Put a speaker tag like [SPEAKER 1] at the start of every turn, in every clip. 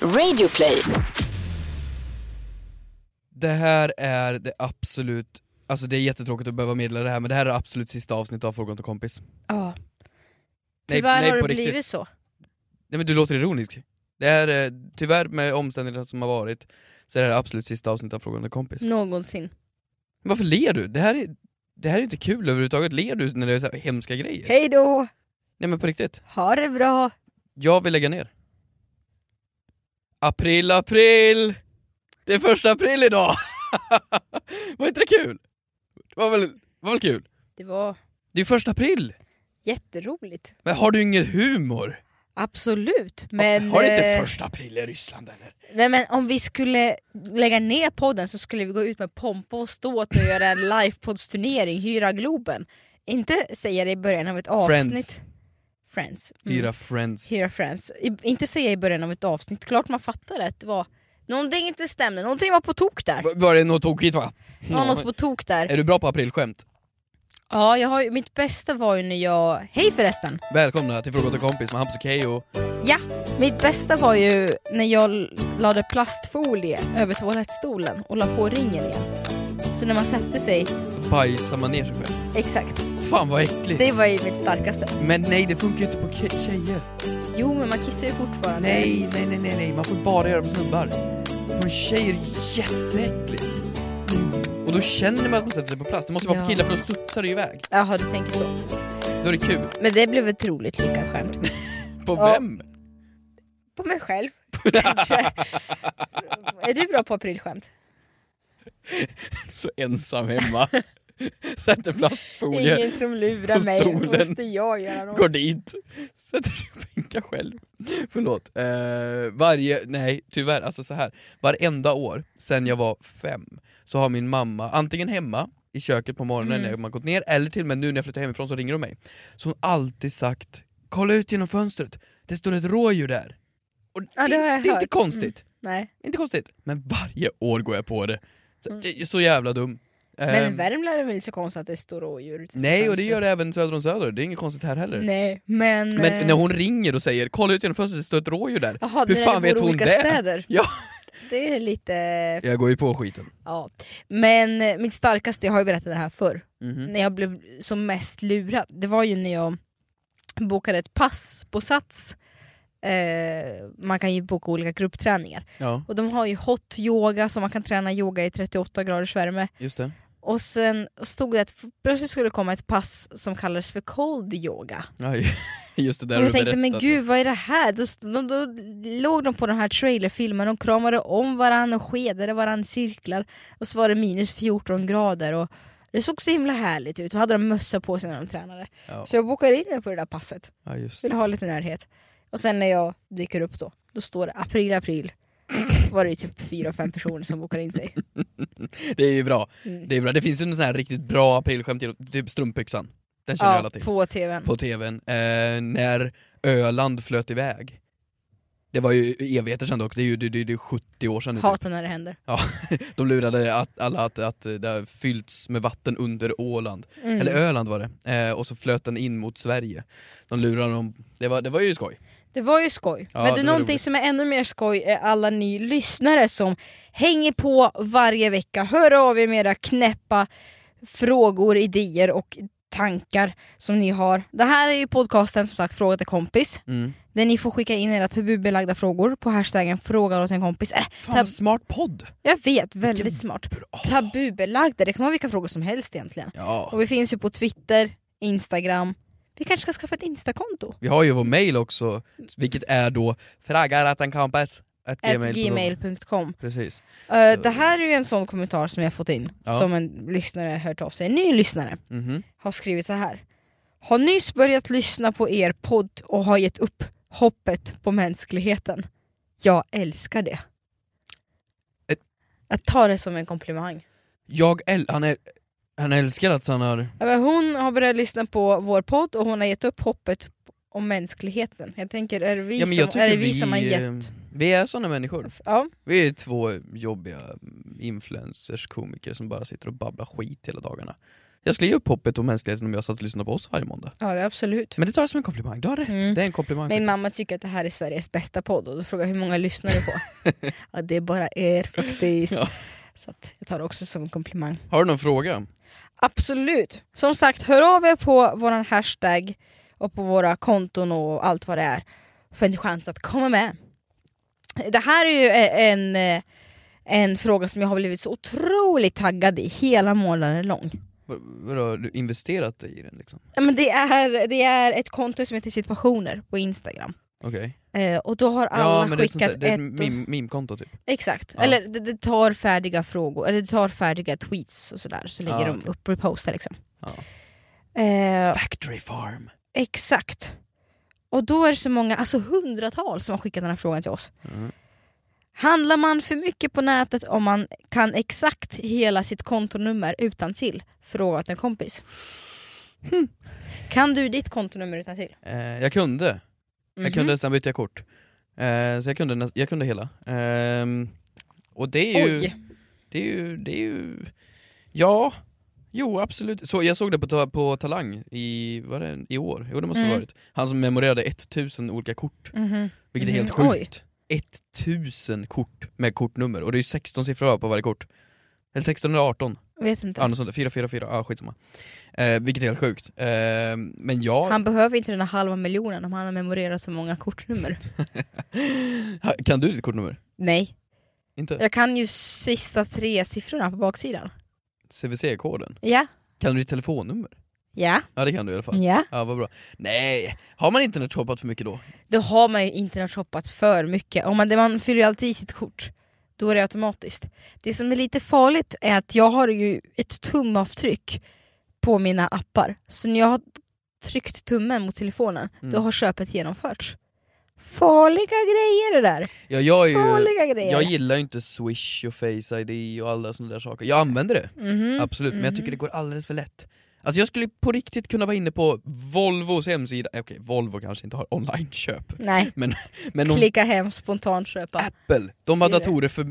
[SPEAKER 1] Radioplay.
[SPEAKER 2] Det här är det absolut, alltså det är jättetråkigt att behöva meddela det här men det här är det absolut sista avsnittet av Frågan till kompis.
[SPEAKER 3] Ja. Tyvärr
[SPEAKER 2] nej,
[SPEAKER 3] har
[SPEAKER 2] på
[SPEAKER 3] det
[SPEAKER 2] riktigt.
[SPEAKER 3] blivit så.
[SPEAKER 2] Nej men du låter ironisk. Det här är, tyvärr med omständigheterna som har varit, så är det här det absolut sista avsnittet av Frågan till kompis.
[SPEAKER 3] Mm. Någonsin.
[SPEAKER 2] Men varför ler du? Det här är, det här är inte kul överhuvudtaget, ler du när det är så här hemska grejer?
[SPEAKER 3] Hej då!
[SPEAKER 2] Nej men på riktigt,
[SPEAKER 3] Ha det bra!
[SPEAKER 2] jag vill lägga ner. April, april! Det är första april idag! var inte det kul? Det var väl, var väl kul?
[SPEAKER 3] Det var
[SPEAKER 2] Det är ju första april!
[SPEAKER 3] jätteroligt.
[SPEAKER 2] Men har du ingen humor?
[SPEAKER 3] Absolut. Men,
[SPEAKER 2] har det inte
[SPEAKER 3] eh,
[SPEAKER 2] första april i Ryssland eller?
[SPEAKER 3] nej, men om vi skulle lägga ner podden så skulle vi gå ut med pompa och ståt och göra en livepoddsturnering, hyra Globen. Inte säga det i början av ett avsnitt.
[SPEAKER 2] Friends.
[SPEAKER 3] Friends. Mm.
[SPEAKER 2] Hyra friends.
[SPEAKER 3] Hyra Friends. I, inte säga i början av ett avsnitt, klart man fattar att det var någonting inte stämde, någonting var på tok där.
[SPEAKER 2] Va- Var det något tokigt va?
[SPEAKER 3] Det var något på tok där.
[SPEAKER 2] Är du bra på aprilskämt?
[SPEAKER 3] Ja, jag har, ju- mitt bästa var ju när jag... Hej förresten!
[SPEAKER 2] Välkomna till Fråga till kompis med Hampus och Keyyo.
[SPEAKER 3] Ja, mitt bästa var ju när jag l- lade plastfolie över toalettstolen och la på ringen igen. Så när man satte sig,
[SPEAKER 2] Så bajsar man ner sig själv.
[SPEAKER 3] exakt.
[SPEAKER 2] Fan vad äckligt.
[SPEAKER 3] Det var ju mitt starkaste.
[SPEAKER 2] Men nej det funkar ju inte på ke- tjejer.
[SPEAKER 3] Jo, men man kissar ju fortfarande.
[SPEAKER 2] Nej, nej, nej, nej, nej. man får bara göra det på snubbar. På tjejer är det jätteäckligt. Och då känner man att man sätter sig på plats. Det måste ju vara på
[SPEAKER 3] Ja.
[SPEAKER 2] killar för då studsar det iväg.
[SPEAKER 3] Jaha, du tänker så.
[SPEAKER 2] Då är det kul.
[SPEAKER 3] Men det blev ett roligt lyckat skämt.
[SPEAKER 2] På
[SPEAKER 3] Ja.
[SPEAKER 2] vem?
[SPEAKER 3] På mig själv, kanske. är du bra på aprilskämt?
[SPEAKER 2] Så ensam hemma. Sätter plastfolie.
[SPEAKER 3] Ingen som lurar
[SPEAKER 2] Oh, på
[SPEAKER 3] mig,
[SPEAKER 2] stolen.
[SPEAKER 3] måste jag göra något.
[SPEAKER 2] Går dit, sätter sig och bänkar själv. Förlåt. Eh, varje, nej tyvärr, alltså så här. Varenda år sen jag var fem så har min mamma, antingen hemma i köket på morgonen
[SPEAKER 3] Mm.
[SPEAKER 2] när man gått ner, eller till och med nu när jag flyttar hemifrån så ringer hon mig. Så hon har alltid sagt “kolla ut genom fönstret, det står ett rådjur där”. Och det,
[SPEAKER 3] Ja, det har jag
[SPEAKER 2] det är inte
[SPEAKER 3] hört. Mm.
[SPEAKER 2] konstigt,
[SPEAKER 3] Nej.
[SPEAKER 2] inte konstigt. Men varje år går jag på det. Så, det är så jävla dum.
[SPEAKER 3] Mm. Men
[SPEAKER 2] Ehm,
[SPEAKER 3] i Värmland är det väl inte så konstigt att det står rådjur? ute i
[SPEAKER 2] nej, och det
[SPEAKER 3] fönstret?
[SPEAKER 2] gör det även söder om söder, det är inget konstigt här heller.
[SPEAKER 3] Nej, men...
[SPEAKER 2] Men
[SPEAKER 3] eh,
[SPEAKER 2] när hon ringer och säger “kolla ut genom fönstret, det står ett rådjur där”.
[SPEAKER 3] Jaha,
[SPEAKER 2] Hur
[SPEAKER 3] det där
[SPEAKER 2] fan
[SPEAKER 3] det bor
[SPEAKER 2] vet hon
[SPEAKER 3] olika
[SPEAKER 2] det?
[SPEAKER 3] Städer.
[SPEAKER 2] Ja.
[SPEAKER 3] Det är lite...
[SPEAKER 2] Jag går ju på skiten.
[SPEAKER 3] Ja. Men eh, mitt starkaste, jag har ju berättat det här förr,
[SPEAKER 2] Mhm.
[SPEAKER 3] när jag blev som mest lurad, det var ju när jag bokade ett pass på Sats. Eh, man kan ju boka olika gruppträningar.
[SPEAKER 2] Ja,
[SPEAKER 3] Och de har ju hot yoga, så man kan träna yoga i 38 graders värme.
[SPEAKER 2] just det.
[SPEAKER 3] Och sen stod det att f- plötsligt skulle det komma ett pass som kallades för cold yoga.
[SPEAKER 2] Ja, ju- just det där
[SPEAKER 3] Och
[SPEAKER 2] har
[SPEAKER 3] jag
[SPEAKER 2] du
[SPEAKER 3] tänkte, men
[SPEAKER 2] berättat.
[SPEAKER 3] gud vad är det här? Då, st- de, då låg de på den här trailerfilmen, de kramade om varandra och skedade varandra i cirklar. Och så var det minus 14 grader och det såg så himla härligt ut. Och hade de mössa på sig när de tränade.
[SPEAKER 2] Ja.
[SPEAKER 3] Så jag bokade in mig på det där passet,
[SPEAKER 2] Ja, just det.
[SPEAKER 3] ville ha lite närhet. Och sen när jag dyker upp då, då står det april, april. var det ju typ fyra, fem personer som bokade in sig.
[SPEAKER 2] det är ju bra.
[SPEAKER 3] Mm.
[SPEAKER 2] Det är bra. Det finns ju en sån här riktigt bra aprilskämt, till- typ strumpbyxan. Den känner alla
[SPEAKER 3] Mm. Ja,
[SPEAKER 2] till. På,
[SPEAKER 3] på tvn.
[SPEAKER 2] tvn. Eh, när Öland flöt iväg. Det var ju evigheter sedan dock, det är ju det, det, det är 70 år sedan nu. typ.
[SPEAKER 3] Hatar när det händer.
[SPEAKER 2] De lurade att, alla att, att det har fyllts med vatten under Åland.
[SPEAKER 3] Mm.
[SPEAKER 2] Eller Öland var det. Eh, och så flöt den in mot Sverige. De lurade dem. Det var, det var ju skoj.
[SPEAKER 3] Det var ju skoj.
[SPEAKER 2] Ja, det
[SPEAKER 3] Men du,
[SPEAKER 2] var
[SPEAKER 3] någonting
[SPEAKER 2] roligt.
[SPEAKER 3] som är ännu mer skoj är alla ni lyssnare som hänger på varje vecka. Hör av er med era knäppa frågor, idéer och tankar som ni har. Det här är ju podcasten som sagt Fråga till kompis.
[SPEAKER 2] Mm.
[SPEAKER 3] Där ni får skicka in era tabubelagda frågor på hashtaggen fråga åt en kompis. Äh,
[SPEAKER 2] Fan
[SPEAKER 3] Tab-
[SPEAKER 2] vad smart podd!
[SPEAKER 3] jag vet,
[SPEAKER 2] Vilken
[SPEAKER 3] väldigt smart.
[SPEAKER 2] Bra.
[SPEAKER 3] Tabubelagda, det kan vara vilka frågor som helst egentligen.
[SPEAKER 2] Ja.
[SPEAKER 3] Och vi finns ju på Twitter, Instagram. Vi kanske ska skaffa ett Instakonto?
[SPEAKER 2] Vi har ju vår mail också, vilket är då
[SPEAKER 3] At
[SPEAKER 2] fragaratankampes.gmail.com
[SPEAKER 3] gmail.com
[SPEAKER 2] Precis.
[SPEAKER 3] Eh,
[SPEAKER 2] Så-
[SPEAKER 3] det här är ju en sån kommentar som jag fått in,
[SPEAKER 2] Ja.
[SPEAKER 3] som en lyssnare har hört av sig. En ny lyssnare
[SPEAKER 2] Mhm.
[SPEAKER 3] har skrivit så här. Har nyss börjat lyssna på er podd och har gett upp hoppet på mänskligheten. Jag älskar det.
[SPEAKER 2] Ett-
[SPEAKER 3] Jag tar det som en komplimang.
[SPEAKER 2] Jag äl- han, är- han älskar att han har...
[SPEAKER 3] Ja, men Hon har börjat lyssna på vår podd och hon har gett upp hoppet om mänskligheten. Jag tänker, är det vi,
[SPEAKER 2] Ja, men jag
[SPEAKER 3] som, är det
[SPEAKER 2] tycker
[SPEAKER 3] vi, som har gett...
[SPEAKER 2] eh, vi är såna människor.
[SPEAKER 3] Ja,
[SPEAKER 2] Vi är mm, två jobbiga influencers, komiker som bara sitter och babblar skit hela dagarna. Jag skulle ge upp hoppet om mänskligheten om jag satt och lyssnade på oss varje måndag.
[SPEAKER 3] Ja, det är absolut.
[SPEAKER 2] Men det tar jag som en komplimang, du har rätt.
[SPEAKER 3] Mm.
[SPEAKER 2] Det är en komplimang.
[SPEAKER 3] Min
[SPEAKER 2] faktiskt.
[SPEAKER 3] mamma tycker att det här är Sveriges bästa podd och då frågar jag hur många lyssnar du på? ja, det är bara er faktiskt.
[SPEAKER 2] Ja.
[SPEAKER 3] Så att jag tar det också som en komplimang.
[SPEAKER 2] Har du någon fråga?
[SPEAKER 3] Absolut! Som sagt, hör av er på våran hashtag och på våra konton och allt vad det är för en chans att komma med. Det här är ju eh, en, eh, en fråga som jag har blivit så otroligt taggad i hela månaden lång.
[SPEAKER 2] Vad- Vadå, har du investerat i den liksom?
[SPEAKER 3] Ja, Men det, är, det är ett konto som heter situationer på Instagram.
[SPEAKER 2] Okej.
[SPEAKER 3] Eh, och då har alla
[SPEAKER 2] men det är ett, sånt
[SPEAKER 3] skickat
[SPEAKER 2] där, det är ett
[SPEAKER 3] ett... och-
[SPEAKER 2] meme- meme-konto typ.
[SPEAKER 3] Exakt,
[SPEAKER 2] Ja.
[SPEAKER 3] eller det, det tar färdiga frågor, eller det tar färdiga tweets och sådär, så lägger
[SPEAKER 2] Ja,
[SPEAKER 3] de
[SPEAKER 2] okej.
[SPEAKER 3] upp reposter liksom.
[SPEAKER 2] Ja.
[SPEAKER 3] Eh,
[SPEAKER 2] Factory farm.
[SPEAKER 3] exakt. Och då är det så många, alltså hundratals som har skickat den här frågan till oss.
[SPEAKER 2] Mm.
[SPEAKER 3] Handlar man för mycket på nätet om man kan exakt hela sitt kontonummer utan till? Fråga åt en kompis.
[SPEAKER 2] Hm.
[SPEAKER 3] Kan du ditt kontonummer utan till?
[SPEAKER 2] Eh, jag kunde,
[SPEAKER 3] Mhm.
[SPEAKER 2] jag kunde, sen bytte jag kort. Eh, så jag kunde, näs- jag kunde hela. Ehm, och det är ju...
[SPEAKER 3] Oj!
[SPEAKER 2] Det är ju, det är ju... Ja, jo absolut. Så, jag såg det på, ta- på Talang i, var det, i år, jo det måste det
[SPEAKER 3] Mm.
[SPEAKER 2] ha varit. Han som memorerade 1000 olika kort,
[SPEAKER 3] Mhm.
[SPEAKER 2] vilket är helt
[SPEAKER 3] Mhm, oj.
[SPEAKER 2] sjukt. 1000 kort med kortnummer, och det är ju 16 siffror på varje kort. Eller 16 eller 18,
[SPEAKER 3] Vet inte.
[SPEAKER 2] ja, något sånt där. 444, ja skitsamma. Eh, vilket är helt sjukt. Eh, men jag
[SPEAKER 3] Han behöver inte den här halva miljonen om han har memorerat så många kortnummer.
[SPEAKER 2] Ha- Kan du ditt kortnummer?
[SPEAKER 3] Nej.
[SPEAKER 2] Inte?
[SPEAKER 3] Jag kan ju sista tre siffrorna på baksidan.
[SPEAKER 2] CVC-koden?
[SPEAKER 3] Ja.
[SPEAKER 2] Kan du ditt telefonnummer?
[SPEAKER 3] Ja.
[SPEAKER 2] Ja det kan du i alla fall.
[SPEAKER 3] ja.
[SPEAKER 2] Ja vad bra. Nej, har man internetshoppat för mycket då?
[SPEAKER 3] Då har man ju internetshoppat för mycket. Om man, man fyller ju alltid i sitt kort. Då är det automatiskt. Det som är lite farligt är att jag har ju ett tumavtryck på mina appar. Så när jag har tryckt tummen mot telefonen, då
[SPEAKER 2] Mm.
[SPEAKER 3] har köpet genomförts. Farliga grejer det där!
[SPEAKER 2] Ja, jag är ju...
[SPEAKER 3] Farliga grejer!
[SPEAKER 2] Jag gillar ju inte swish och face id och alla sådana där saker. Jag använder det,
[SPEAKER 3] Mhm.
[SPEAKER 2] absolut, men jag tycker det går alldeles för lätt. Alltså jag skulle på riktigt kunna vara inne på Volvos hemsida, Eh, okej Volvo kanske inte har onlineköp,
[SPEAKER 3] Nej,
[SPEAKER 2] men någon
[SPEAKER 3] klicka hem, spontant köpa.
[SPEAKER 2] Apple, de har
[SPEAKER 3] Fyra.
[SPEAKER 2] datorer för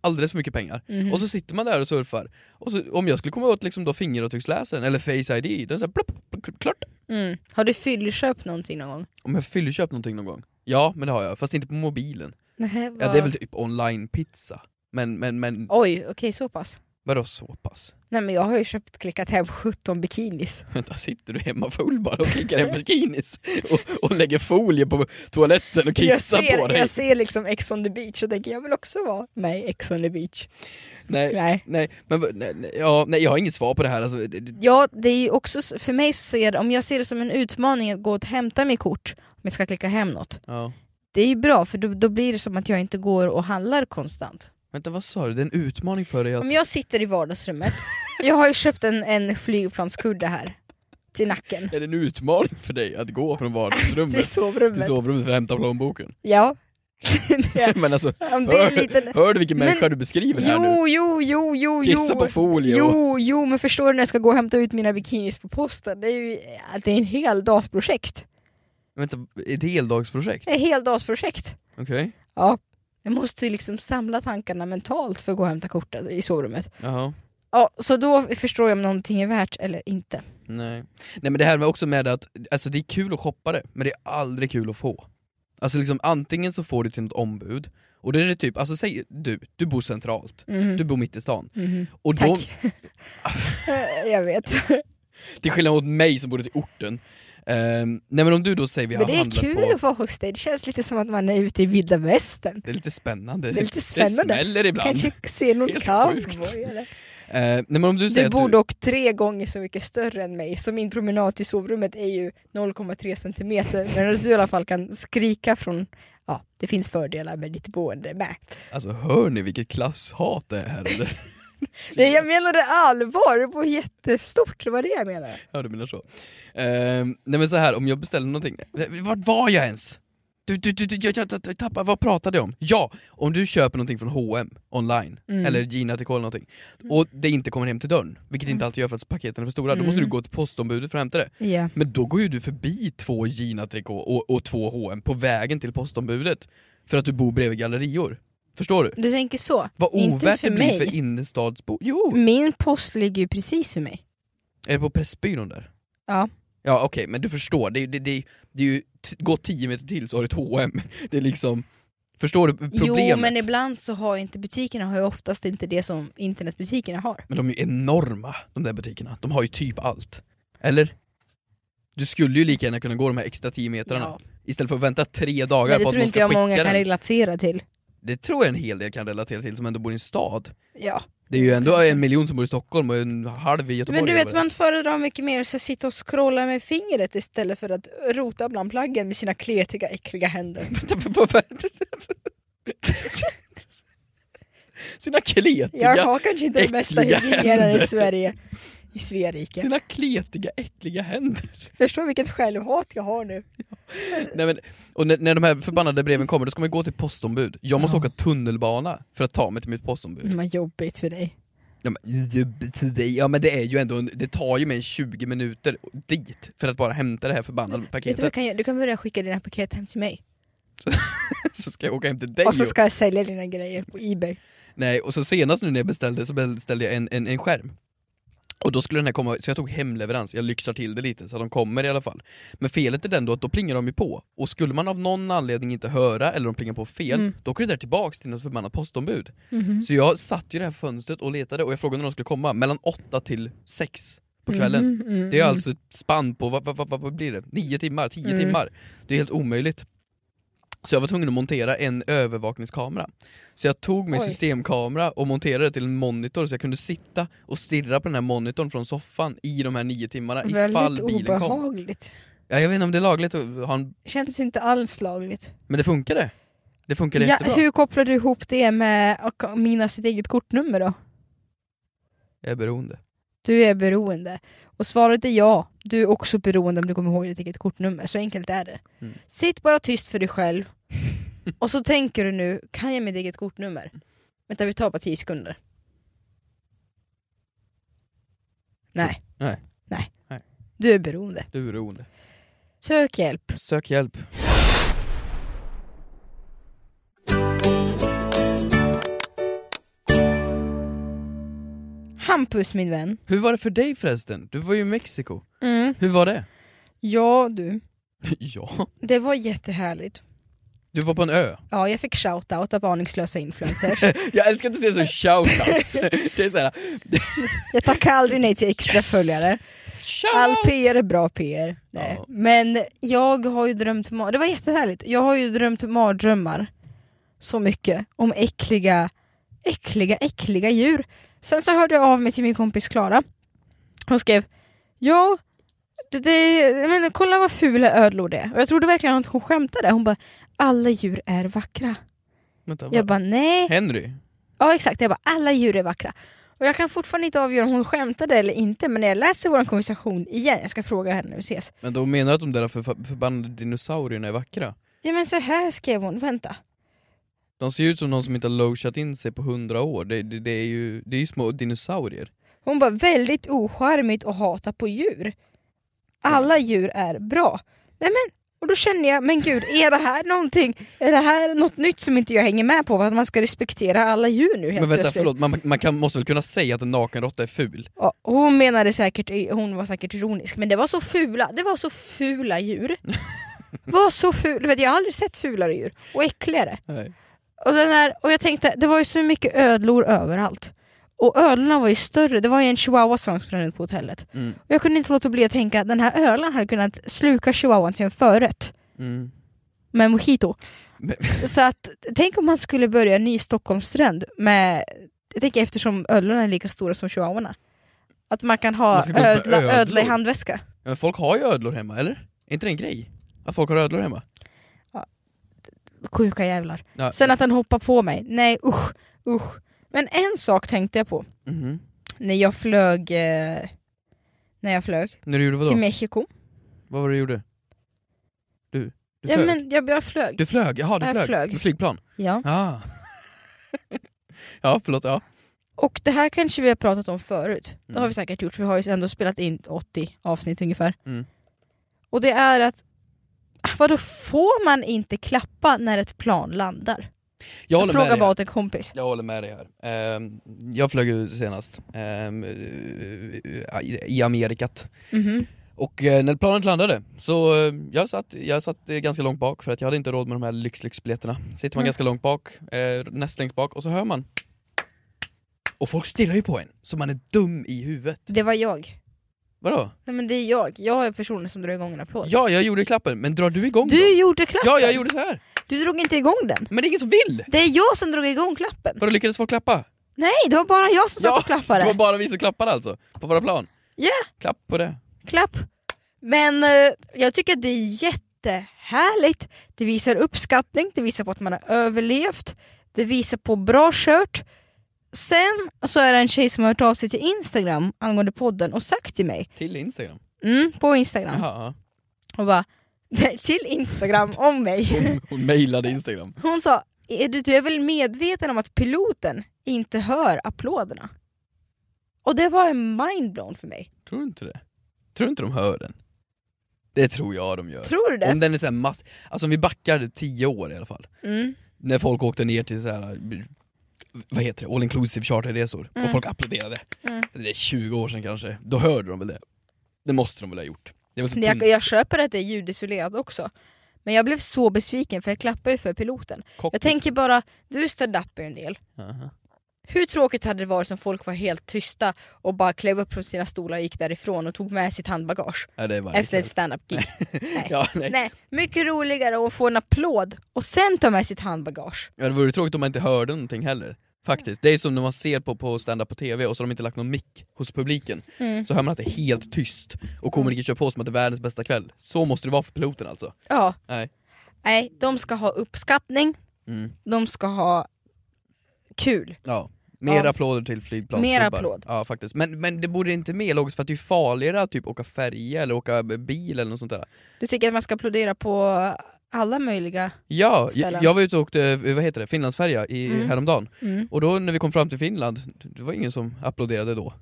[SPEAKER 2] alldeles för mycket pengar.
[SPEAKER 3] Mhm.
[SPEAKER 2] Och så sitter man där och surfar, och så, om jag skulle komma åt liksom då fingeravtrycksläsaren eller face id, den såhär plopp, plopp, klart.
[SPEAKER 3] Mm. Har du fyllköpt någonting någon gång?
[SPEAKER 2] Om jag fyllerköpt någonting någon gång? Ja, men det har jag, fast inte på mobilen.
[SPEAKER 3] Nej,
[SPEAKER 2] Ja, det är väl typ online-pizza. Men, men, men
[SPEAKER 3] Oj, okej så pass.
[SPEAKER 2] vadå så pass?
[SPEAKER 3] Nej men jag har ju köpt klickat hem 17 bikinis.
[SPEAKER 2] Vänta, sitter du hemma full bara och klickar hem bikinis? Och, och lägger folie på toaletten och kissar
[SPEAKER 3] jag ser,
[SPEAKER 2] på dig?
[SPEAKER 3] Jag ser liksom Ex on the beach och tänker jag vill också vara med i Ex on the beach.
[SPEAKER 2] Nej,
[SPEAKER 3] Nej.
[SPEAKER 2] nej, men, vad- nej, nej, ja, nej, jag har inget svar på det här. Alltså, det, det,
[SPEAKER 3] Ja, det är ju också, s- för mig så ser jag det- om jag ser det som en utmaning att gå och hämta mitt kort, om jag ska klicka hem något.
[SPEAKER 2] ja.
[SPEAKER 3] Det är ju bra för då, då blir det som att jag inte går och handlar konstant.
[SPEAKER 2] Vänta, vad sa du? Det är en utmaning för dig att...
[SPEAKER 3] Om jag sitter i vardagsrummet, jag har ju köpt en, en flygplanskudde här till nacken.
[SPEAKER 2] Är det en utmaning för dig att gå från
[SPEAKER 3] Till
[SPEAKER 2] vardagsrummet till
[SPEAKER 3] sovrummet.
[SPEAKER 2] sovrummet för att hämta plånboken?
[SPEAKER 3] Ja. det är,
[SPEAKER 2] Men alltså,
[SPEAKER 3] om det är en
[SPEAKER 2] hör,
[SPEAKER 3] liten...
[SPEAKER 2] hör du vilken
[SPEAKER 3] Men-
[SPEAKER 2] människa du beskriver här nu?
[SPEAKER 3] Jo, jo, jo, jo,
[SPEAKER 2] Kissa
[SPEAKER 3] jo.
[SPEAKER 2] på folie och...
[SPEAKER 3] Jo, jo, men förstår du när jag ska gå och hämta ut mina bikinis på posten? Det är ju att det är en hel dagsprojekt.
[SPEAKER 2] Vänta, ett heldagsprojekt?
[SPEAKER 3] Det är ett hel dagsprojekt.
[SPEAKER 2] Okej.
[SPEAKER 3] Ja. Jag måste ju liksom samla tankarna mentalt för att gå och hämta kortet i sovrummet.
[SPEAKER 2] Jaha.
[SPEAKER 3] Ja, så då förstår jag om någonting är värt eller inte.
[SPEAKER 2] Nej. Nej men det här med också med att, alltså det är kul att shoppa det, men det är aldrig kul att få. Alltså liksom antingen så får du till något ombud, och det är det typ, alltså säg du, du bor centralt,
[SPEAKER 3] Mhm.
[SPEAKER 2] du bor mitt i stan.
[SPEAKER 3] Mhm.
[SPEAKER 2] Och då,
[SPEAKER 3] Tack. jag vet.
[SPEAKER 2] till skillnad mot mig som bor i orten, ehm, nej men om du då säger vi har
[SPEAKER 3] Men det är
[SPEAKER 2] handlat
[SPEAKER 3] kul
[SPEAKER 2] på,
[SPEAKER 3] att vara hos dig. Det känns lite som att man är ute i vilda västern.
[SPEAKER 2] det är lite spännande,
[SPEAKER 3] Det är lite spännande.
[SPEAKER 2] det smäller ibland.
[SPEAKER 3] Kanske se någon
[SPEAKER 2] Helt
[SPEAKER 3] cowboy
[SPEAKER 2] sjukt.
[SPEAKER 3] eller
[SPEAKER 2] Eh, nej men om du säger
[SPEAKER 3] Du
[SPEAKER 2] att
[SPEAKER 3] bor dock tre gånger så mycket större än mig, så min promenad till sovrummet är ju 0,3 centimeter. Men du i alla fall kan skrika från, ja, det finns fördelar med ditt boende med.
[SPEAKER 2] alltså hör ni vilket klasshat det är här eller?
[SPEAKER 3] Nej, jag menade allvar, det var jättestort, det var det jag menade.
[SPEAKER 2] Ja du menar så. Ehm, nej men så här, om jag beställer någonting, vart var jag ens? Du, du, du, du, jag, jag, jag, jag tappar, vad pratade jag om? Ja, om du köper någonting från H&M online,
[SPEAKER 3] Mm.
[SPEAKER 2] eller Gina till eller någonting, och det inte kommer hem till dörren, vilket det inte alltid gör för att paketen är för stora, då måste du
[SPEAKER 3] Mm.
[SPEAKER 2] gå till postombudet för att hämta det.
[SPEAKER 3] Ja.
[SPEAKER 2] Men då går ju du förbi två Gina Tricot och, och två H&M på vägen till postombudet, för att du bor bredvid gallerior. Förstår du?
[SPEAKER 3] Du tänker så?
[SPEAKER 2] Vad
[SPEAKER 3] Inte
[SPEAKER 2] ovärt
[SPEAKER 3] för
[SPEAKER 2] det blir
[SPEAKER 3] mig.
[SPEAKER 2] för innerstadsbor. Jo!
[SPEAKER 3] Min post ligger ju precis för mig.
[SPEAKER 2] Är det på Pressbyrån där?
[SPEAKER 3] Ja.
[SPEAKER 2] Ja okej, men du förstår, det, är- det, det, det är ju, t- gå 10 meter till så har du ett H&M Det är liksom, förstår du problemet?
[SPEAKER 3] Jo men ibland så har ju inte butikerna har ju oftast inte det som internetbutikerna har.
[SPEAKER 2] Men de är ju enorma, de där butikerna. De har ju typ allt. Eller? Du skulle ju lika gärna kunna gå de här extra 10 metrarna
[SPEAKER 3] Ja.
[SPEAKER 2] istället för att vänta tre dagar
[SPEAKER 3] Men det
[SPEAKER 2] på att
[SPEAKER 3] tror
[SPEAKER 2] någon
[SPEAKER 3] inte
[SPEAKER 2] ska
[SPEAKER 3] jag
[SPEAKER 2] skicka
[SPEAKER 3] många kan
[SPEAKER 2] den.
[SPEAKER 3] relatera till.
[SPEAKER 2] Det tror jag en hel del kan relatera till som ändå bor i en stad.
[SPEAKER 3] Ja.
[SPEAKER 2] Det är ju ändå
[SPEAKER 3] Kanske.
[SPEAKER 2] en miljon som bor i Stockholm och en halv i Göteborg.
[SPEAKER 3] Men du vet
[SPEAKER 2] eller vad
[SPEAKER 3] man föredrar mycket mer att så här sitta och scrolla med fingret istället för att rota bland plaggen med sina kletiga äckliga händer.
[SPEAKER 2] det är. Vad fan? Sina kletiga,
[SPEAKER 3] Jag har kanske inte de bästa
[SPEAKER 2] äckliga
[SPEAKER 3] hygienen
[SPEAKER 2] händer.
[SPEAKER 3] i Sverige. I Sverige.
[SPEAKER 2] sina kletiga äckliga händer.
[SPEAKER 3] Förstår vilket självhat jag har
[SPEAKER 2] Mm.
[SPEAKER 3] nu.
[SPEAKER 2] Nej, men, och när, när de här förbannade breven kommer då ska man gå till postombud. Jag måste
[SPEAKER 3] Ja. Mm.
[SPEAKER 2] åka tunnelbana för att ta mig till mitt postombud.
[SPEAKER 3] Vad jobbigt för dig.
[SPEAKER 2] Ja men, ja men det är ju ändå, en, det tar ju mig 20 minuter dit för att bara hämta det här förbannade
[SPEAKER 3] Vet du, vad jag
[SPEAKER 2] paketet.
[SPEAKER 3] kan göra? du kan börja skicka dina paket hem till mig.
[SPEAKER 2] Så ska jag åka hem till dig
[SPEAKER 3] Och
[SPEAKER 2] och
[SPEAKER 3] så ska jag sälja dina grejer på Ebay.
[SPEAKER 2] Nej, och så senast nu när jag beställde så beställde jag en, en, en skärm. Och då skulle den här komma, så jag tog hemleverans, jag lyxar till det lite så att de kommer i alla fall. Men felet är den då att då plingar de ju på, och skulle man av någon anledning inte höra eller de plingar på fel,
[SPEAKER 3] Mm.
[SPEAKER 2] då åker det där tillbaks till något förbannat postombud.
[SPEAKER 3] Mm-hmm.
[SPEAKER 2] Så jag satt ju i det här fönstret och letade och jag frågade när de skulle komma, mellan 8 till 6 på kvällen.
[SPEAKER 3] Mm, mm,
[SPEAKER 2] Det är
[SPEAKER 3] mm.
[SPEAKER 2] alltså ett spann på, vad, vad, vad, vad blir det? Nio timmar, tio
[SPEAKER 3] Mm.
[SPEAKER 2] timmar. Det är helt omöjligt. Så jag var tvungen att montera en övervakningskamera. Så jag tog min
[SPEAKER 3] Oj.
[SPEAKER 2] systemkamera och monterade det till en monitor så jag kunde sitta och stirra på den här monitorn från soffan i de här nio timmarna ifall
[SPEAKER 3] Mm-hmm. Väldigt
[SPEAKER 2] bilen kom.
[SPEAKER 3] obehagligt.
[SPEAKER 2] Ja, jag vet inte om det är lagligt att ha en...
[SPEAKER 3] Känns inte alls lagligt.
[SPEAKER 2] Men det funkade. Det funkade
[SPEAKER 3] Ja,
[SPEAKER 2] jättebra.
[SPEAKER 3] hur kopplar du ihop det med att minnas sitt eget kortnummer då?
[SPEAKER 2] Jag är beroende.
[SPEAKER 3] Du är beroende. Och svaret är ja, du är också beroende om du kommer ihåg ditt eget kortnummer. Så enkelt är det.
[SPEAKER 2] Mm.
[SPEAKER 3] Sitt bara tyst för dig själv. Och så tänker du nu, kan jag mitt eget kortnummer? Vänta, vi tar bara 10 sekunder. Nej.
[SPEAKER 2] Nej.
[SPEAKER 3] Nej.
[SPEAKER 2] Nej.
[SPEAKER 3] Du är beroende.
[SPEAKER 2] Du är beroende.
[SPEAKER 3] Sök hjälp.
[SPEAKER 2] Sök hjälp.
[SPEAKER 3] Hampus min vän.
[SPEAKER 2] Hur var det för dig förresten? Du var ju i Mexiko. Hur var det?
[SPEAKER 3] Ja du,
[SPEAKER 2] ja.
[SPEAKER 3] det var jättehärligt.
[SPEAKER 2] Du var på en ö.
[SPEAKER 3] Ja, jag fick shoutout av aningslösa influencers.
[SPEAKER 2] Jag älskar att du säger så shoutouts. det är såhär,
[SPEAKER 3] jag tackar aldrig nej till extra
[SPEAKER 2] Yes!
[SPEAKER 3] följare. All
[SPEAKER 2] shout!
[SPEAKER 3] PR är bra PR. Nej.
[SPEAKER 2] Ja.
[SPEAKER 3] Men jag har ju drömt, mar- det var jättehärligt, jag har ju drömt mardrömmar så mycket om äckliga, äckliga, äckliga djur. Sen så hörde jag av mig till min kompis Klara. Hon skrev Ja, det, det, men kolla vad fula ödlor det är. Och jag trodde verkligen att hon skämtade. Hon bara alla djur är vackra.
[SPEAKER 2] Vänta,
[SPEAKER 3] Jag
[SPEAKER 2] vad?
[SPEAKER 3] bara nej.
[SPEAKER 2] Henry?
[SPEAKER 3] Ja exakt, jag bara alla djur är vackra. Och jag kan fortfarande inte avgöra om hon skämtade eller inte men när jag läser vår konversation igen, jag ska fråga henne när vi ses.
[SPEAKER 2] Men de menar att de där för, förbannade dinosaurierna är vackra?
[SPEAKER 3] Ja men så här skrev hon, vänta.
[SPEAKER 2] De ser ju ut som någon som inte har logeat in sig på hundra år, det, det, det, är, ju, det är ju små dinosaurier.
[SPEAKER 3] Hon bara väldigt ocharmigt att hata på djur. Alla djur är bra. Nej men, och då känner jag, men gud är det här någonting, är det här något nytt som inte jag hänger med på? Att man ska respektera alla djur nu helt
[SPEAKER 2] Men vänta,
[SPEAKER 3] plötsligt.
[SPEAKER 2] förlåt, man, man kan, måste väl kunna säga att en nakenråtta är ful?
[SPEAKER 3] Ja, hon menade säkert, hon var säkert ironisk, men det var så fula, det var så fula djur. var så ful, du vet, jag har aldrig sett fulare djur, och äckligare.
[SPEAKER 2] Nej.
[SPEAKER 3] Och, den här, och jag tänkte, det var ju så mycket ödlor överallt. Och ödlorna var ju större, det var ju en chihuahua som sprang runt på hotellet.
[SPEAKER 2] Mm,
[SPEAKER 3] Och jag kunde inte låta bli att tänka att den här ölen hade kunnat sluka chihuahuan till en förrätt
[SPEAKER 2] mm.
[SPEAKER 3] med mojito.
[SPEAKER 2] Men-
[SPEAKER 3] Så att, tänk om man skulle börja en ny Stockholmsstrand med, jag tänker eftersom ödlorna är lika stora som chihuahuorna. Att man kan ha
[SPEAKER 2] Man ska gå ut med
[SPEAKER 3] ödla, ödla i
[SPEAKER 2] ödlor.
[SPEAKER 3] handväska.
[SPEAKER 2] Men folk har ju ödlor hemma, eller? Är inte det en grej? Att folk har ödlor hemma?
[SPEAKER 3] Sjuka jävlar.
[SPEAKER 2] Ja.
[SPEAKER 3] Sen att den hoppar på mig, nej usch, usch. Men en sak tänkte jag på
[SPEAKER 2] Mhm.
[SPEAKER 3] när jag flög, eh, när jag flög
[SPEAKER 2] När du gjorde vadå?
[SPEAKER 3] till Mexiko.
[SPEAKER 2] Vad var det du gjorde? Du, du
[SPEAKER 3] Ja,
[SPEAKER 2] flög?
[SPEAKER 3] men jag, jag flög.
[SPEAKER 2] Du flög? Jaha, du
[SPEAKER 3] Jag
[SPEAKER 2] flög.
[SPEAKER 3] flög.
[SPEAKER 2] Med flygplan?
[SPEAKER 3] Ja.
[SPEAKER 2] Ah. ja, förlåt, ja.
[SPEAKER 3] Och det här kanske vi har pratat om förut. Det har
[SPEAKER 2] Mm.
[SPEAKER 3] vi säkert gjort, för vi har ju ändå spelat in 80 avsnitt ungefär.
[SPEAKER 2] Mm.
[SPEAKER 3] Och det är att, vadå får man inte klappa när ett plan landar?
[SPEAKER 2] Jag håller med
[SPEAKER 3] Fråga
[SPEAKER 2] dig.
[SPEAKER 3] bara
[SPEAKER 2] här.
[SPEAKER 3] åt en kompis.
[SPEAKER 2] Jag håller med dig här. Ehm, jag flög ut senast, ehm, i- i Amerikat.
[SPEAKER 3] Mhm.
[SPEAKER 2] Och eh, när planet landade så eh, jag satt, jag satt eh, ganska långt bak för att jag hade inte råd med de här lyxlyxbiljetterna. Sitter man
[SPEAKER 3] Mm.
[SPEAKER 2] ganska långt bak, eh, näst längst bak och så hör man och folk stirrar ju på en, så man är dum i huvudet.
[SPEAKER 3] Det var jag.
[SPEAKER 2] Vadå?
[SPEAKER 3] Nej men det är jag. Jag är personen som drar igång en applåd.
[SPEAKER 2] Ja, jag gjorde klappen, men drar du igång då?
[SPEAKER 3] Du gjorde klappen!
[SPEAKER 2] Ja, jag gjorde så här.
[SPEAKER 3] Du drog inte igång den.
[SPEAKER 2] Men det är ingen som vill!
[SPEAKER 3] Det är jag som drog igång klappen.
[SPEAKER 2] Vadå, lyckades folk klappa?
[SPEAKER 3] Nej, det var bara jag som satt
[SPEAKER 2] Ja,
[SPEAKER 3] och klappade.
[SPEAKER 2] Det var bara vi som klappade alltså, på våra plan.
[SPEAKER 3] Ja.
[SPEAKER 2] Klapp på det.
[SPEAKER 3] Klapp! Men eh, jag tycker att det är jättehärligt. Det visar uppskattning, det visar på att man har överlevt, det visar på bra kört. Sen så är det en tjej som har hört av sig till Instagram angående podden och sagt till mig,
[SPEAKER 2] Till Instagram.
[SPEAKER 3] mm, på Instagram,
[SPEAKER 2] Jaha,
[SPEAKER 3] och bara till Instagram om mig.
[SPEAKER 2] hon, hon mejlade Instagram.
[SPEAKER 3] Hon sa, är du, du är väl medveten om att piloten inte hör applåderna? Och det var en mindblown för mig.
[SPEAKER 2] Tror du inte det? Tror du inte de hör den? Det tror jag de gör.
[SPEAKER 3] Tror du
[SPEAKER 2] Om
[SPEAKER 3] det?
[SPEAKER 2] den är såhär mass... Alltså om vi backar 10 år i alla fall.
[SPEAKER 3] Mm.
[SPEAKER 2] När folk åkte ner till så här. vad heter det, all inclusive charterresor.
[SPEAKER 3] Mm.
[SPEAKER 2] Och folk applåderade.
[SPEAKER 3] Mm.
[SPEAKER 2] Det är 20 år sedan kanske. Då hörde de väl det. Det måste de väl ha gjort. Det var så
[SPEAKER 3] Men Jag,
[SPEAKER 2] tunn
[SPEAKER 3] jag köper att det är ljudisolerat också. Men jag blev så besviken för jag klappar ju för piloten.
[SPEAKER 2] kock.
[SPEAKER 3] Jag tänker bara, du stand-upar ju en del.
[SPEAKER 2] Aha.
[SPEAKER 3] Hur tråkigt hade det varit om folk var helt tysta och bara klev upp från sina stolar och gick därifrån och tog med sitt handbagage
[SPEAKER 2] Ja, det är varje
[SPEAKER 3] efter ett
[SPEAKER 2] kväll.
[SPEAKER 3] stand-up-gig?
[SPEAKER 2] Ja, nej.
[SPEAKER 3] Nej, mycket roligare att få en applåd och sen ta med sitt handbagage.
[SPEAKER 2] Ja, det vore tråkigt om man inte hörde någonting heller. Faktiskt. Det är som när man ser på, på stand-up på TV och så har de inte lagt någon mick hos publiken.
[SPEAKER 3] Mm.
[SPEAKER 2] Så hör man att det är helt tyst och komikern kör på som att det är världens bästa kväll. Så måste det vara för piloten alltså.
[SPEAKER 3] Ja.
[SPEAKER 2] Nej.
[SPEAKER 3] Nej, de ska ha uppskattning,
[SPEAKER 2] Mm.
[SPEAKER 3] de ska ha kul.
[SPEAKER 2] Ja. Mer
[SPEAKER 3] Ja.
[SPEAKER 2] applåder till flygplansgubbar.
[SPEAKER 3] Mer applåd.
[SPEAKER 2] Ja faktiskt. Men, men det borde inte med logiskt för att det är farligare att typ åka färja eller åka bil eller något sånt där.
[SPEAKER 3] Du tycker att man ska applådera på alla möjliga...
[SPEAKER 2] Ja,
[SPEAKER 3] Ställen.
[SPEAKER 2] jag, jag var ute och åkte, vad heter det, Finlandsfärja i,
[SPEAKER 3] Mm.
[SPEAKER 2] häromdagen.
[SPEAKER 3] Mm.
[SPEAKER 2] Och då när vi kom fram till Finland, det var ingen som applåderade då.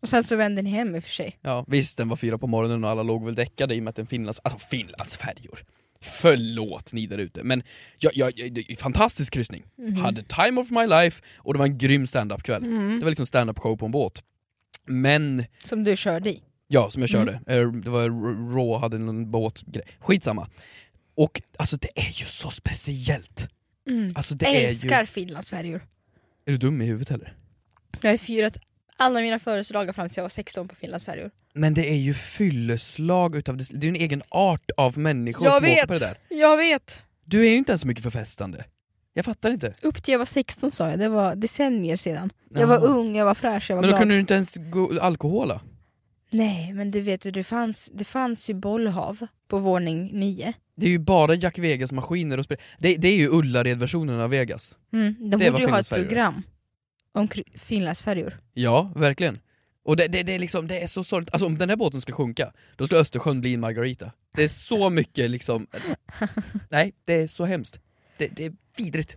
[SPEAKER 3] Och sen så vänder ni hem i och för sig.
[SPEAKER 2] Ja, visst den var fyra på morgonen och alla låg väl däckade i och med att en Finlands... Alltså Finlandsfärjor! Förlåt ni där ute, men jag, jag, jag, det- fantastisk kryssning.
[SPEAKER 3] Mhm.
[SPEAKER 2] Hade time of my life och det var en grym standup-kväll.
[SPEAKER 3] Mm.
[SPEAKER 2] Det var liksom standup-show på en båt. Men,
[SPEAKER 3] Som du körde i.
[SPEAKER 2] ja som jag körde,
[SPEAKER 3] Mm.
[SPEAKER 2] Eh, det var Raw hade någon båtgrej. Skitsamma. Och alltså det är ju så speciellt. Alltså det är
[SPEAKER 3] Mm. Älskar
[SPEAKER 2] ju...
[SPEAKER 3] finlandsfärjor.
[SPEAKER 2] Är du dum i huvudet eller?
[SPEAKER 3] Jag har firat alla mina födelsedagar fram till jag var 16 på finlandsfärjor.
[SPEAKER 2] Men det är ju fylleslag utav det, det är ju en egen art av människor
[SPEAKER 3] Jag
[SPEAKER 2] som åker
[SPEAKER 3] vet.
[SPEAKER 2] på det där.
[SPEAKER 3] Jag vet!
[SPEAKER 2] Du är ju inte ens så mycket för festande. Jag fattar inte.
[SPEAKER 3] Upp till jag var 16 sa jag, det var decennier sedan. Jag var
[SPEAKER 2] Jaha.
[SPEAKER 3] ung, jag var fräsch, jag var
[SPEAKER 2] Men då
[SPEAKER 3] glad.
[SPEAKER 2] kunde du inte ens gå alkohola.
[SPEAKER 3] Nej men du vet ju, det fanns, det fanns ju bollhav på våning 9.
[SPEAKER 2] Det är ju bara Jack Vegas-maskiner och spel. Det, det är ju Ullared-versionen av Vegas.
[SPEAKER 3] Mm, de
[SPEAKER 2] Det var
[SPEAKER 3] borde ju ha ett
[SPEAKER 2] finlandsfärjor.
[SPEAKER 3] program om kry- finlandsfärjor.
[SPEAKER 2] Ja, verkligen. Och det, det, det är liksom, det är så sorgligt. Alltså om den här båten skulle sjunka, då skulle Östersjön bli en Margarita. Det är så mycket liksom... Nej, det är så hemskt. Det, det är vidrigt.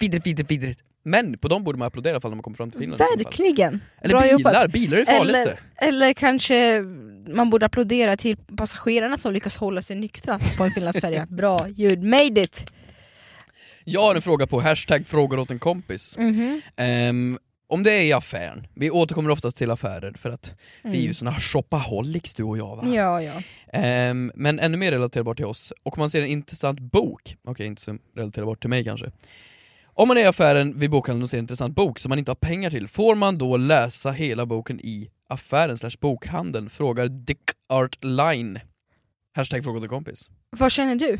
[SPEAKER 2] Vidrigt, vidrigt, vidrigt. Men på dem borde man applådera i alla fall när man kommer fram till Finland. i så fall.
[SPEAKER 3] Verkligen! Bra
[SPEAKER 2] Eller bilar,
[SPEAKER 3] jobbat.
[SPEAKER 2] bilar är det farligaste.
[SPEAKER 3] Eller, eller kanske man borde applådera till passagerarna som lyckas hålla sig nyktra på en finlandsfärja. Bra ljud, made it!
[SPEAKER 2] Jag har en fråga på hashtag frågor åt en kompis.
[SPEAKER 3] Mhm.
[SPEAKER 2] Ehm, om det är i affären, vi återkommer oftast till affärer för att vi är ju såna shopaholics du och jag va?
[SPEAKER 3] Mm. Ja, ja.
[SPEAKER 2] Ehm, men ännu mer relaterbart till oss, och man ser en intressant bok, okej inte så relaterbart till mig kanske. Om man är i affären vid bokhandeln och ser en intressant bok som man inte har pengar till, får man då läsa hela boken i affären slash bokhandeln? Frågar Dick Art Line. Hashtag fråga åt en kompis.
[SPEAKER 3] Vad känner du?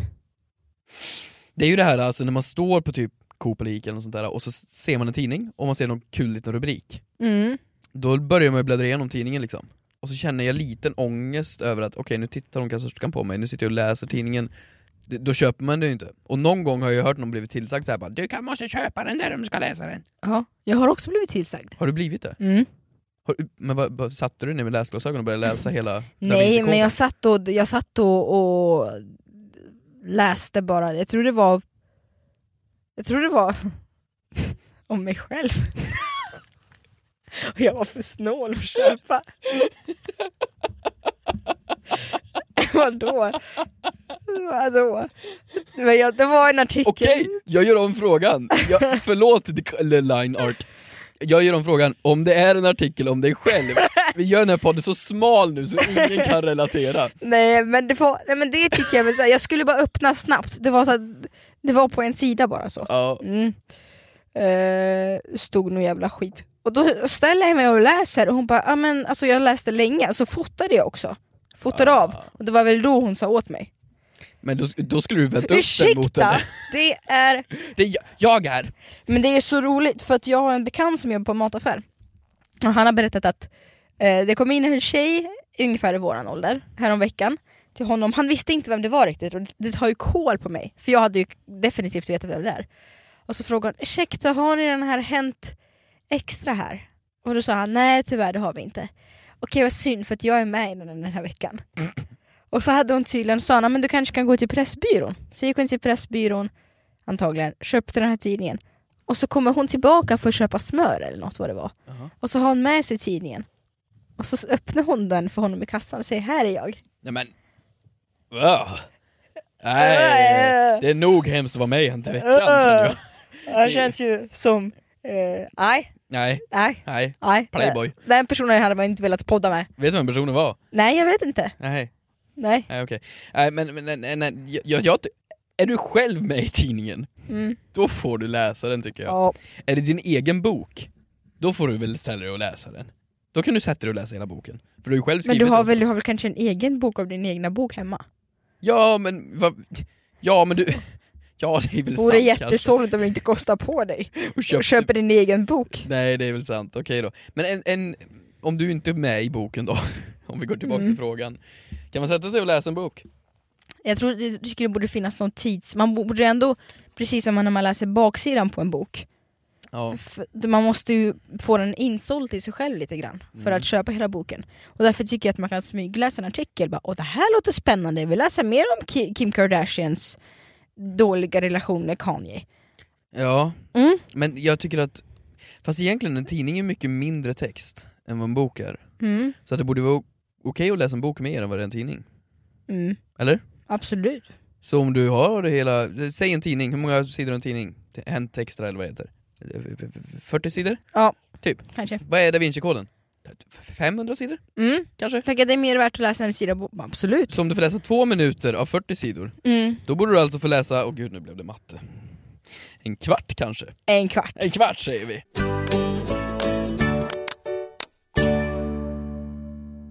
[SPEAKER 2] Det är ju det här alltså när man står på typ Coop eller Ica eller något sånt där och så ser man en tidning och man ser någon kul liten rubrik.
[SPEAKER 3] Mm.
[SPEAKER 2] Då börjar man ju bläddra igenom tidningen liksom. Och så känner jag liten ångest över att okej nu tittar hon kassörskan på mig, nu sitter jag och läser tidningen. D- Då köper man det ju inte. Och någon gång har jag hört någon blivit tillsagd så här bara du kan, måste köpa den där om du ska läsa den.
[SPEAKER 3] Ja, jag har också blivit tillsagd.
[SPEAKER 2] Har du blivit det?
[SPEAKER 3] Mm.
[SPEAKER 2] Har, men vad, vad, satte du dig ner med läsglasögon och började läsa hela Da
[SPEAKER 3] Nej,
[SPEAKER 2] Vinci-koden?
[SPEAKER 3] men jag satt, och, jag satt och, och läste bara. Jag tror det var... Jag tror det var om mig själv. och jag var för snål att köpa. Vadå? Vadå? Men jag, det var en artikel.
[SPEAKER 2] Okej, jag gör om frågan. Jag, förlåt the line art. Jag gör om frågan, om det är en artikel om dig själv, vi gör den här podden så smal nu så ingen kan relatera.
[SPEAKER 3] Nej men det, får, nej, men det tycker jag väl så här, jag skulle bara öppna snabbt. Det var, så här, det var på en sida bara så.
[SPEAKER 2] Ja,
[SPEAKER 3] Mm. Eh, stod nog jävla skit. Och då ställer jag mig och läser och hon bara, ah, men, alltså, jag läste länge, så fotade jag också. Fotade
[SPEAKER 2] Ah.
[SPEAKER 3] av. Och det var väl då hon sa åt mig.
[SPEAKER 2] men då, då skulle du vänta upp den mot
[SPEAKER 3] Ursäkta!
[SPEAKER 2] henne.
[SPEAKER 3] Det är
[SPEAKER 2] Det är jag, jag är!
[SPEAKER 3] Men det är så roligt för att jag har en bekant som jobbar på en mataffär och han har berättat att eh, det kom in en tjej ungefär i våran ålder häromveckan till honom. Han visste inte vem det var riktigt och det tar ju koll på mig för jag hade ju definitivt vetat vem det är. Och så frågade han ursäkta har ni den här Hänt Extra här? Och då sa han nej tyvärr det har vi inte. Okej vad synd för att jag är med i den den här veckan. Och så hade hon tydligen sa han men du kanske kan gå till Pressbyrån. Så gick hon till Pressbyrån antagligen, köpte den här tidningen och så kommer hon tillbaka för att köpa smör eller något vad det var.
[SPEAKER 2] Jaha.
[SPEAKER 3] Och så har hon med sig tidningen. Och så öppnar hon den för honom i kassan och säger här är jag.
[SPEAKER 2] Nej men... Wow. Nej, det är nog hemskt att vara med i Hänt i veckan känner
[SPEAKER 3] Äh.
[SPEAKER 2] jag.
[SPEAKER 3] Han känns ju som, eh, nej,
[SPEAKER 2] Nej,
[SPEAKER 3] nej,
[SPEAKER 2] nej.
[SPEAKER 3] nej.
[SPEAKER 2] Playboy.
[SPEAKER 3] Den personen hade man inte velat podda med.
[SPEAKER 2] Vet du vem personen var?
[SPEAKER 3] Nej jag vet inte.
[SPEAKER 2] Nej,
[SPEAKER 3] Nej.
[SPEAKER 2] nej okej. Nej men, men nej, nej, nej, jag, jag, ty- är du själv med i tidningen,
[SPEAKER 3] Mm.
[SPEAKER 2] då får du läsa den tycker jag.
[SPEAKER 3] Ja.
[SPEAKER 2] Är det din egen bok, då får du väl ställa dig och läsa den. Då kan du sätta dig och läsa hela boken. För du har ju själv
[SPEAKER 3] Men
[SPEAKER 2] skrivit
[SPEAKER 3] du har,
[SPEAKER 2] den.
[SPEAKER 3] väl, du har väl kanske en egen bok av din egna bok hemma?
[SPEAKER 2] Ja men, va... ja men du... Ja det är väl
[SPEAKER 3] Vore
[SPEAKER 2] sant kanske. typ-
[SPEAKER 3] jättesorgligt om du inte kostar på dig
[SPEAKER 2] Och
[SPEAKER 3] och
[SPEAKER 2] köpte-
[SPEAKER 3] köper din egen bok.
[SPEAKER 2] Nej det är väl sant, okej då. Men en, en, om du inte är med i boken då, om vi går tillbaka till frågan. Kan man sätta sig och läsa en bok?
[SPEAKER 3] Jag tror jag tycker det borde finnas någon tids... Man borde ju ändå, precis som när man läser baksidan på en bok,
[SPEAKER 2] Ja.
[SPEAKER 3] För man måste ju få den insåld till sig själv lite grann för att köpa hela boken. Och därför tycker jag att man kan smygläsa en artikel. Bara, Åh, det här låter spännande, jag vill läsa mer om Ki- Kim Kardashians dåliga relation med Kanye.
[SPEAKER 2] Ja,
[SPEAKER 3] Mm.
[SPEAKER 2] men jag tycker att... Fast egentligen, en tidning är mycket mindre text än vad en bok är.
[SPEAKER 3] Mm.
[SPEAKER 2] Så att det borde vara o- okej att läsa en bok mer än vad det är en tidning.
[SPEAKER 3] Mm.
[SPEAKER 2] Eller?
[SPEAKER 3] Absolut.
[SPEAKER 2] Så om du har det hela, säg en tidning, hur många sidor har en tidning? T- Hänt Extra eller vad det heter? 40 sidor?
[SPEAKER 3] Ja.
[SPEAKER 2] Typ.
[SPEAKER 3] Kanske.
[SPEAKER 2] Vad är Da Vinci-koden? 500 sidor
[SPEAKER 3] Mm.
[SPEAKER 2] kanske?
[SPEAKER 3] Tänk att det är mer värt att läsa en sida bok. Absolut.
[SPEAKER 2] Så om du får läsa två minuter av 40 sidor,
[SPEAKER 3] Mm.
[SPEAKER 2] då borde du alltså få läsa, åh gud nu blev det matte. En kvart kanske?
[SPEAKER 3] En kvart.
[SPEAKER 2] En kvart säger vi!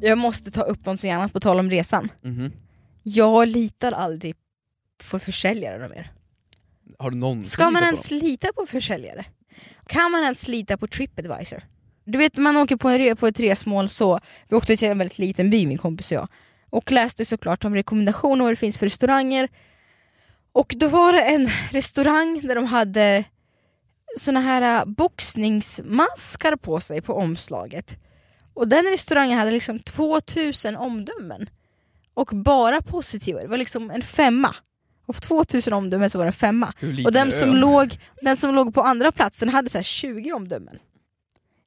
[SPEAKER 3] Jag måste ta upp någonting annat på tal om resan.
[SPEAKER 2] Mhm.
[SPEAKER 3] Jag litar aldrig på försäljare mer.
[SPEAKER 2] Har du någonsin
[SPEAKER 3] Ska man
[SPEAKER 2] litat Mm, på
[SPEAKER 3] ens lita på försäljare? Kan man ens lita på Tripadvisor? Du vet man åker på, en, re- på ett resmål så, vi åkte till en väldigt liten by min kompis och jag och läste såklart om rekommendationer och vad det finns för restauranger. Och då var det en restaurang där de hade såna här äh, boxningsmaskar på sig på omslaget. Och den restaurangen hade liksom 2000 omdömen. Och bara positiva, det var liksom en femma. Av 2000 omdömen så var det en femma.
[SPEAKER 2] dem? Hur liten
[SPEAKER 3] Och
[SPEAKER 2] är
[SPEAKER 3] den som,
[SPEAKER 2] ön?
[SPEAKER 3] låg, den som låg på andra platsen hade så här 20 omdömen.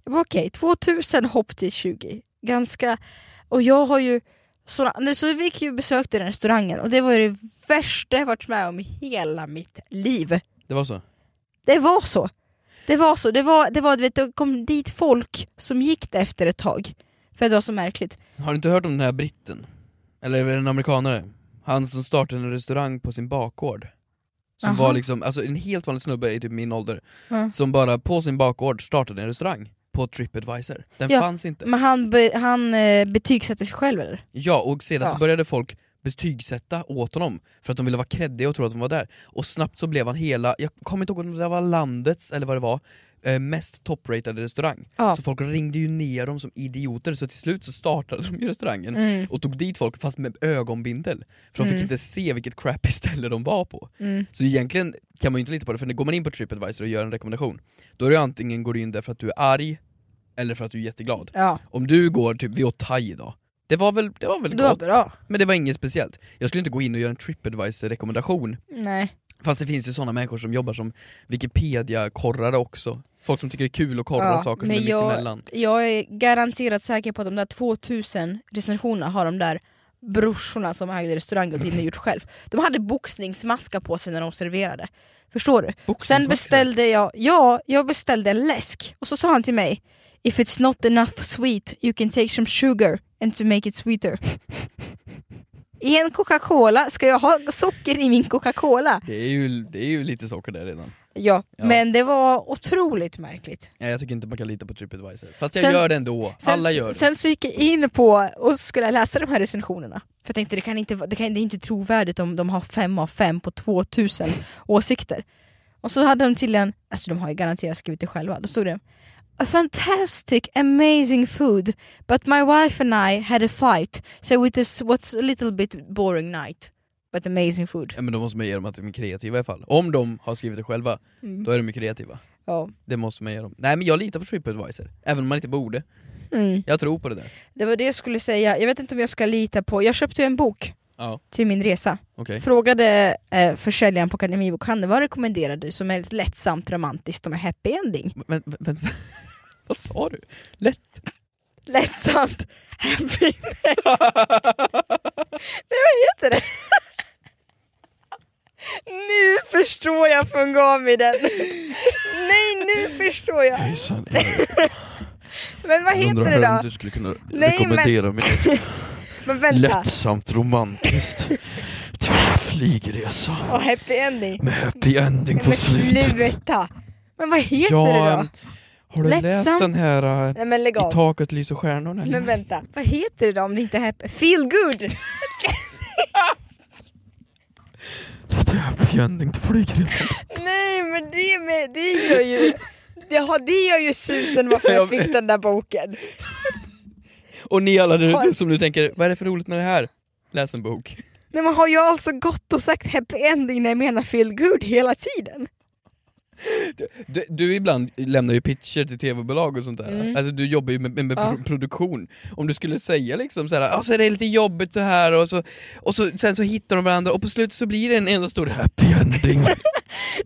[SPEAKER 3] Jag bara okej, 2000 hopp till 20. Ganska... Och jag har ju... Såna, nej, så vi gick ju och besökte den restaurangen och det var ju det värsta jag varit med om i hela mitt liv.
[SPEAKER 2] Det var så?
[SPEAKER 3] Det var så. Det var så. Det var, det var du vet, det kom dit folk som gick där efter ett tag. För det var så märkligt.
[SPEAKER 2] Har du inte hört om den här britten? Eller en amerikanare? Han som startade en restaurang på sin bakgård. Som
[SPEAKER 3] Aha.
[SPEAKER 2] var liksom, alltså en helt vanlig snubbe i typ min ålder,
[SPEAKER 3] Ja.
[SPEAKER 2] som bara på sin bakgård startade en restaurang på Tripadvisor. Den
[SPEAKER 3] Ja.
[SPEAKER 2] fanns inte.
[SPEAKER 3] Men han, be, han eh, betygsatte sig själv eller?
[SPEAKER 2] Ja, och sedan så
[SPEAKER 3] Ja.
[SPEAKER 2] började folk betygsätta åt honom för att de ville vara kreddiga och tro att de var där. Och snabbt så blev han hela, jag kommer inte ihåg om det var landets eller vad det var, eh, mest toppratade restaurang.
[SPEAKER 3] Ja.
[SPEAKER 2] Så folk ringde ju ner dem som idioter så till slut så startade de ju restaurangen
[SPEAKER 3] Mm.
[SPEAKER 2] och tog dit folk fast med ögonbindel. För de fick
[SPEAKER 3] Mm.
[SPEAKER 2] inte se vilket crappy ställe de var på.
[SPEAKER 3] Mm.
[SPEAKER 2] Så egentligen kan man ju inte lita på det, för när går man in på Tripadvisor och gör en rekommendation, då är det ju antingen går du in där för att du är arg, eller för att du är jätteglad.
[SPEAKER 3] Ja,
[SPEAKER 2] Om du går, typ vi åt thai idag, det var väl, det var väl
[SPEAKER 3] det var
[SPEAKER 2] gott,
[SPEAKER 3] bra.
[SPEAKER 2] men det var inget speciellt. Jag skulle inte gå in och göra en Tripadvisor-rekommendation,
[SPEAKER 3] Nej.
[SPEAKER 2] fast det finns ju sådana människor som jobbar som Wikipedia-korrare också. Folk som tycker det är kul att korra
[SPEAKER 3] Ja,
[SPEAKER 2] saker som
[SPEAKER 3] men
[SPEAKER 2] är
[SPEAKER 3] jag-
[SPEAKER 2] mittemellan.
[SPEAKER 3] Jag är garanterat säker på att de där 2000 recensionerna har de där brorsorna som ägde restaurangen och inte gjort själv. De hade boxningsmaska på sig när de serverade. Förstår du? Sen beställde jag, ja, jag beställde en läsk och så sa han till mig If it's not enough sweet you can take some sugar and to make it sweeter. I en Coca-Cola, ska jag ha socker i min Coca-Cola?
[SPEAKER 2] Det är, ju, det är ju lite socker där redan.
[SPEAKER 3] Ja,
[SPEAKER 2] Ja.
[SPEAKER 3] men det var otroligt märkligt.
[SPEAKER 2] Nej, Jag tycker inte man kan lita på Tripadvisor. Fast jag
[SPEAKER 3] Sen-
[SPEAKER 2] gör det ändå,
[SPEAKER 3] Sen,
[SPEAKER 2] alla gör det.
[SPEAKER 3] sen så gick jag in på och skulle läsa de här recensionerna. För jag tänkte det, kan inte, vara- det, kan, det är inte trovärdigt om de har fem av fem på 2000 åsikter. Och så hade de till en, alltså de har ju garanterat skrivit det själva, då stod det A fantastic, amazing food, but my wife and I had a fight, so it is what's a little bit boring night, but amazing food.
[SPEAKER 2] Ja, men då måste man ge dem att de är kreativa i alla fall. Om de har skrivit det själva,
[SPEAKER 3] Mm.
[SPEAKER 2] då är de ju kreativa.
[SPEAKER 3] Ja.
[SPEAKER 2] Det måste man ge dem. Nej men jag litar på Tripadvisor, även om man inte borde.
[SPEAKER 3] Mm.
[SPEAKER 2] Jag tror på det där.
[SPEAKER 3] Det var det jag skulle säga, jag vet inte om jag ska lita på, jag köpte ju en bok
[SPEAKER 2] Ja,
[SPEAKER 3] till min resa.
[SPEAKER 2] okej.
[SPEAKER 3] Frågade eh, försäljaren på Akademibokhandeln vad rekommenderar du som helst lättsamt, romantiskt och med happy ending?
[SPEAKER 2] Men, men, men, vad sa du? Lätt?
[SPEAKER 3] Lättsamt, happy ending. Nej vad heter det? nu förstår jag för hon gav mig den. Nej nu förstår jag.
[SPEAKER 2] Hejsan,
[SPEAKER 3] Men vad heter det då?
[SPEAKER 2] du skulle kunna
[SPEAKER 3] Nej, rekommendera
[SPEAKER 2] mig
[SPEAKER 3] Men vänta.
[SPEAKER 2] lättsamt romantiskt flygresa
[SPEAKER 3] Och happy ending.
[SPEAKER 2] med happy ending
[SPEAKER 3] Men sluta. Men vad heter det då?
[SPEAKER 2] har
[SPEAKER 3] du läst Lättsam- den
[SPEAKER 2] här eh,
[SPEAKER 3] Nej men lägg av.
[SPEAKER 2] taket lyser stjärnorna?
[SPEAKER 3] Men vänta, vad heter det då om det inte är happy? Feel good.
[SPEAKER 2] Lite happy ending till flygresa.
[SPEAKER 3] Nej men det, med, det gör ju det, har, det gör ju susen varför jag fick den där boken.
[SPEAKER 2] Och ni alla där
[SPEAKER 3] Har-
[SPEAKER 2] ute som nu tänker, vad är det för roligt med det här? Läs en bok.
[SPEAKER 3] Nej, men har jag alltså gått och sagt happy ending när jag menar feel good hela tiden?
[SPEAKER 2] Du, du ibland lämnar ju pitcher till tv-bolag och sånt där.
[SPEAKER 3] Mm.
[SPEAKER 2] Alltså du jobbar ju med, med, med
[SPEAKER 3] Ja.
[SPEAKER 2] pro- produktion. Om du skulle säga liksom så här, "Ja, så är det lite jobbigt så här och så, och så sen så hittar de varandra och på slutet så blir det en enda stor happy ending.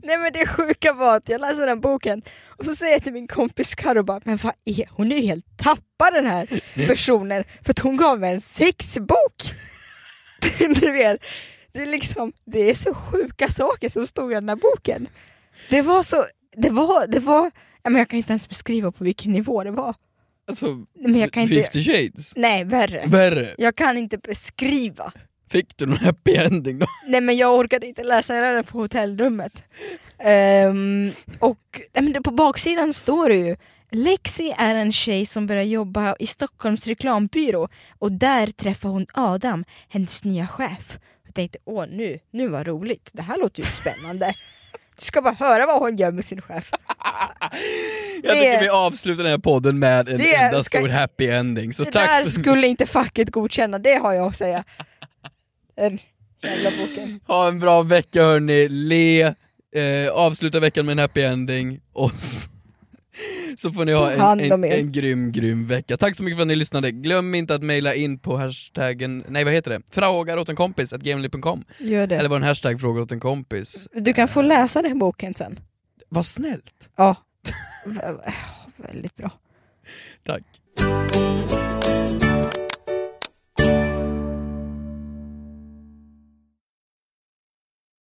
[SPEAKER 3] Nej men det sjuka var att jag läser den boken och så säger jag till min kompis Karo bara men vad är hon är ju helt tappad den här personen för att hon gav mig en sexbok. du vet, det är liksom det är så sjuka saker som stod i den här boken. Det var så, det var, det var, ja, men jag kan inte ens beskriva på vilken nivå det var.
[SPEAKER 2] alltså,
[SPEAKER 3] Men jag kan inte,
[SPEAKER 2] 50 shades.
[SPEAKER 3] nej värre.
[SPEAKER 2] Värre.
[SPEAKER 3] Jag kan inte beskriva.
[SPEAKER 2] Fick du någon happy ending då?
[SPEAKER 3] Nej men jag orkade inte läsa hela den på hotellrummet. Ehm, och nej, men det- på baksidan står det ju Lexi är en tjej som börjar jobba i Stockholms reklambyrå och där träffar hon Adam, hennes nya chef. Jag tänkte åh nu, nu var roligt, det här låter ju spännande. Du ska bara höra vad hon gör med sin chef.
[SPEAKER 2] Jag
[SPEAKER 3] Det-
[SPEAKER 2] tycker vi avslutar den här podden med en
[SPEAKER 3] Det
[SPEAKER 2] enda
[SPEAKER 3] ska-
[SPEAKER 2] stor happy ending. Så
[SPEAKER 3] det
[SPEAKER 2] tack
[SPEAKER 3] där
[SPEAKER 2] så
[SPEAKER 3] skulle inte facket godkänna, det har jag att säga. Den jävla boken.
[SPEAKER 2] Ha en bra vecka hörni, le, eh, avsluta veckan med en happy ending och så, så får ni ha
[SPEAKER 3] Ta hand
[SPEAKER 2] en, en,
[SPEAKER 3] om er.
[SPEAKER 2] en grym, grym vecka. Tack så mycket för att ni lyssnade. Glöm inte att mejla in på hashtaggen, nej vad heter det? Frågar åt en kompis, at gmail.com.
[SPEAKER 3] Gör
[SPEAKER 2] Eller var en hashtag frågar åt en kompis.
[SPEAKER 3] Du kan få läsa den boken sen.
[SPEAKER 2] Vad snällt!
[SPEAKER 3] Ja. Vä- vä- Väldigt bra.
[SPEAKER 2] Tack.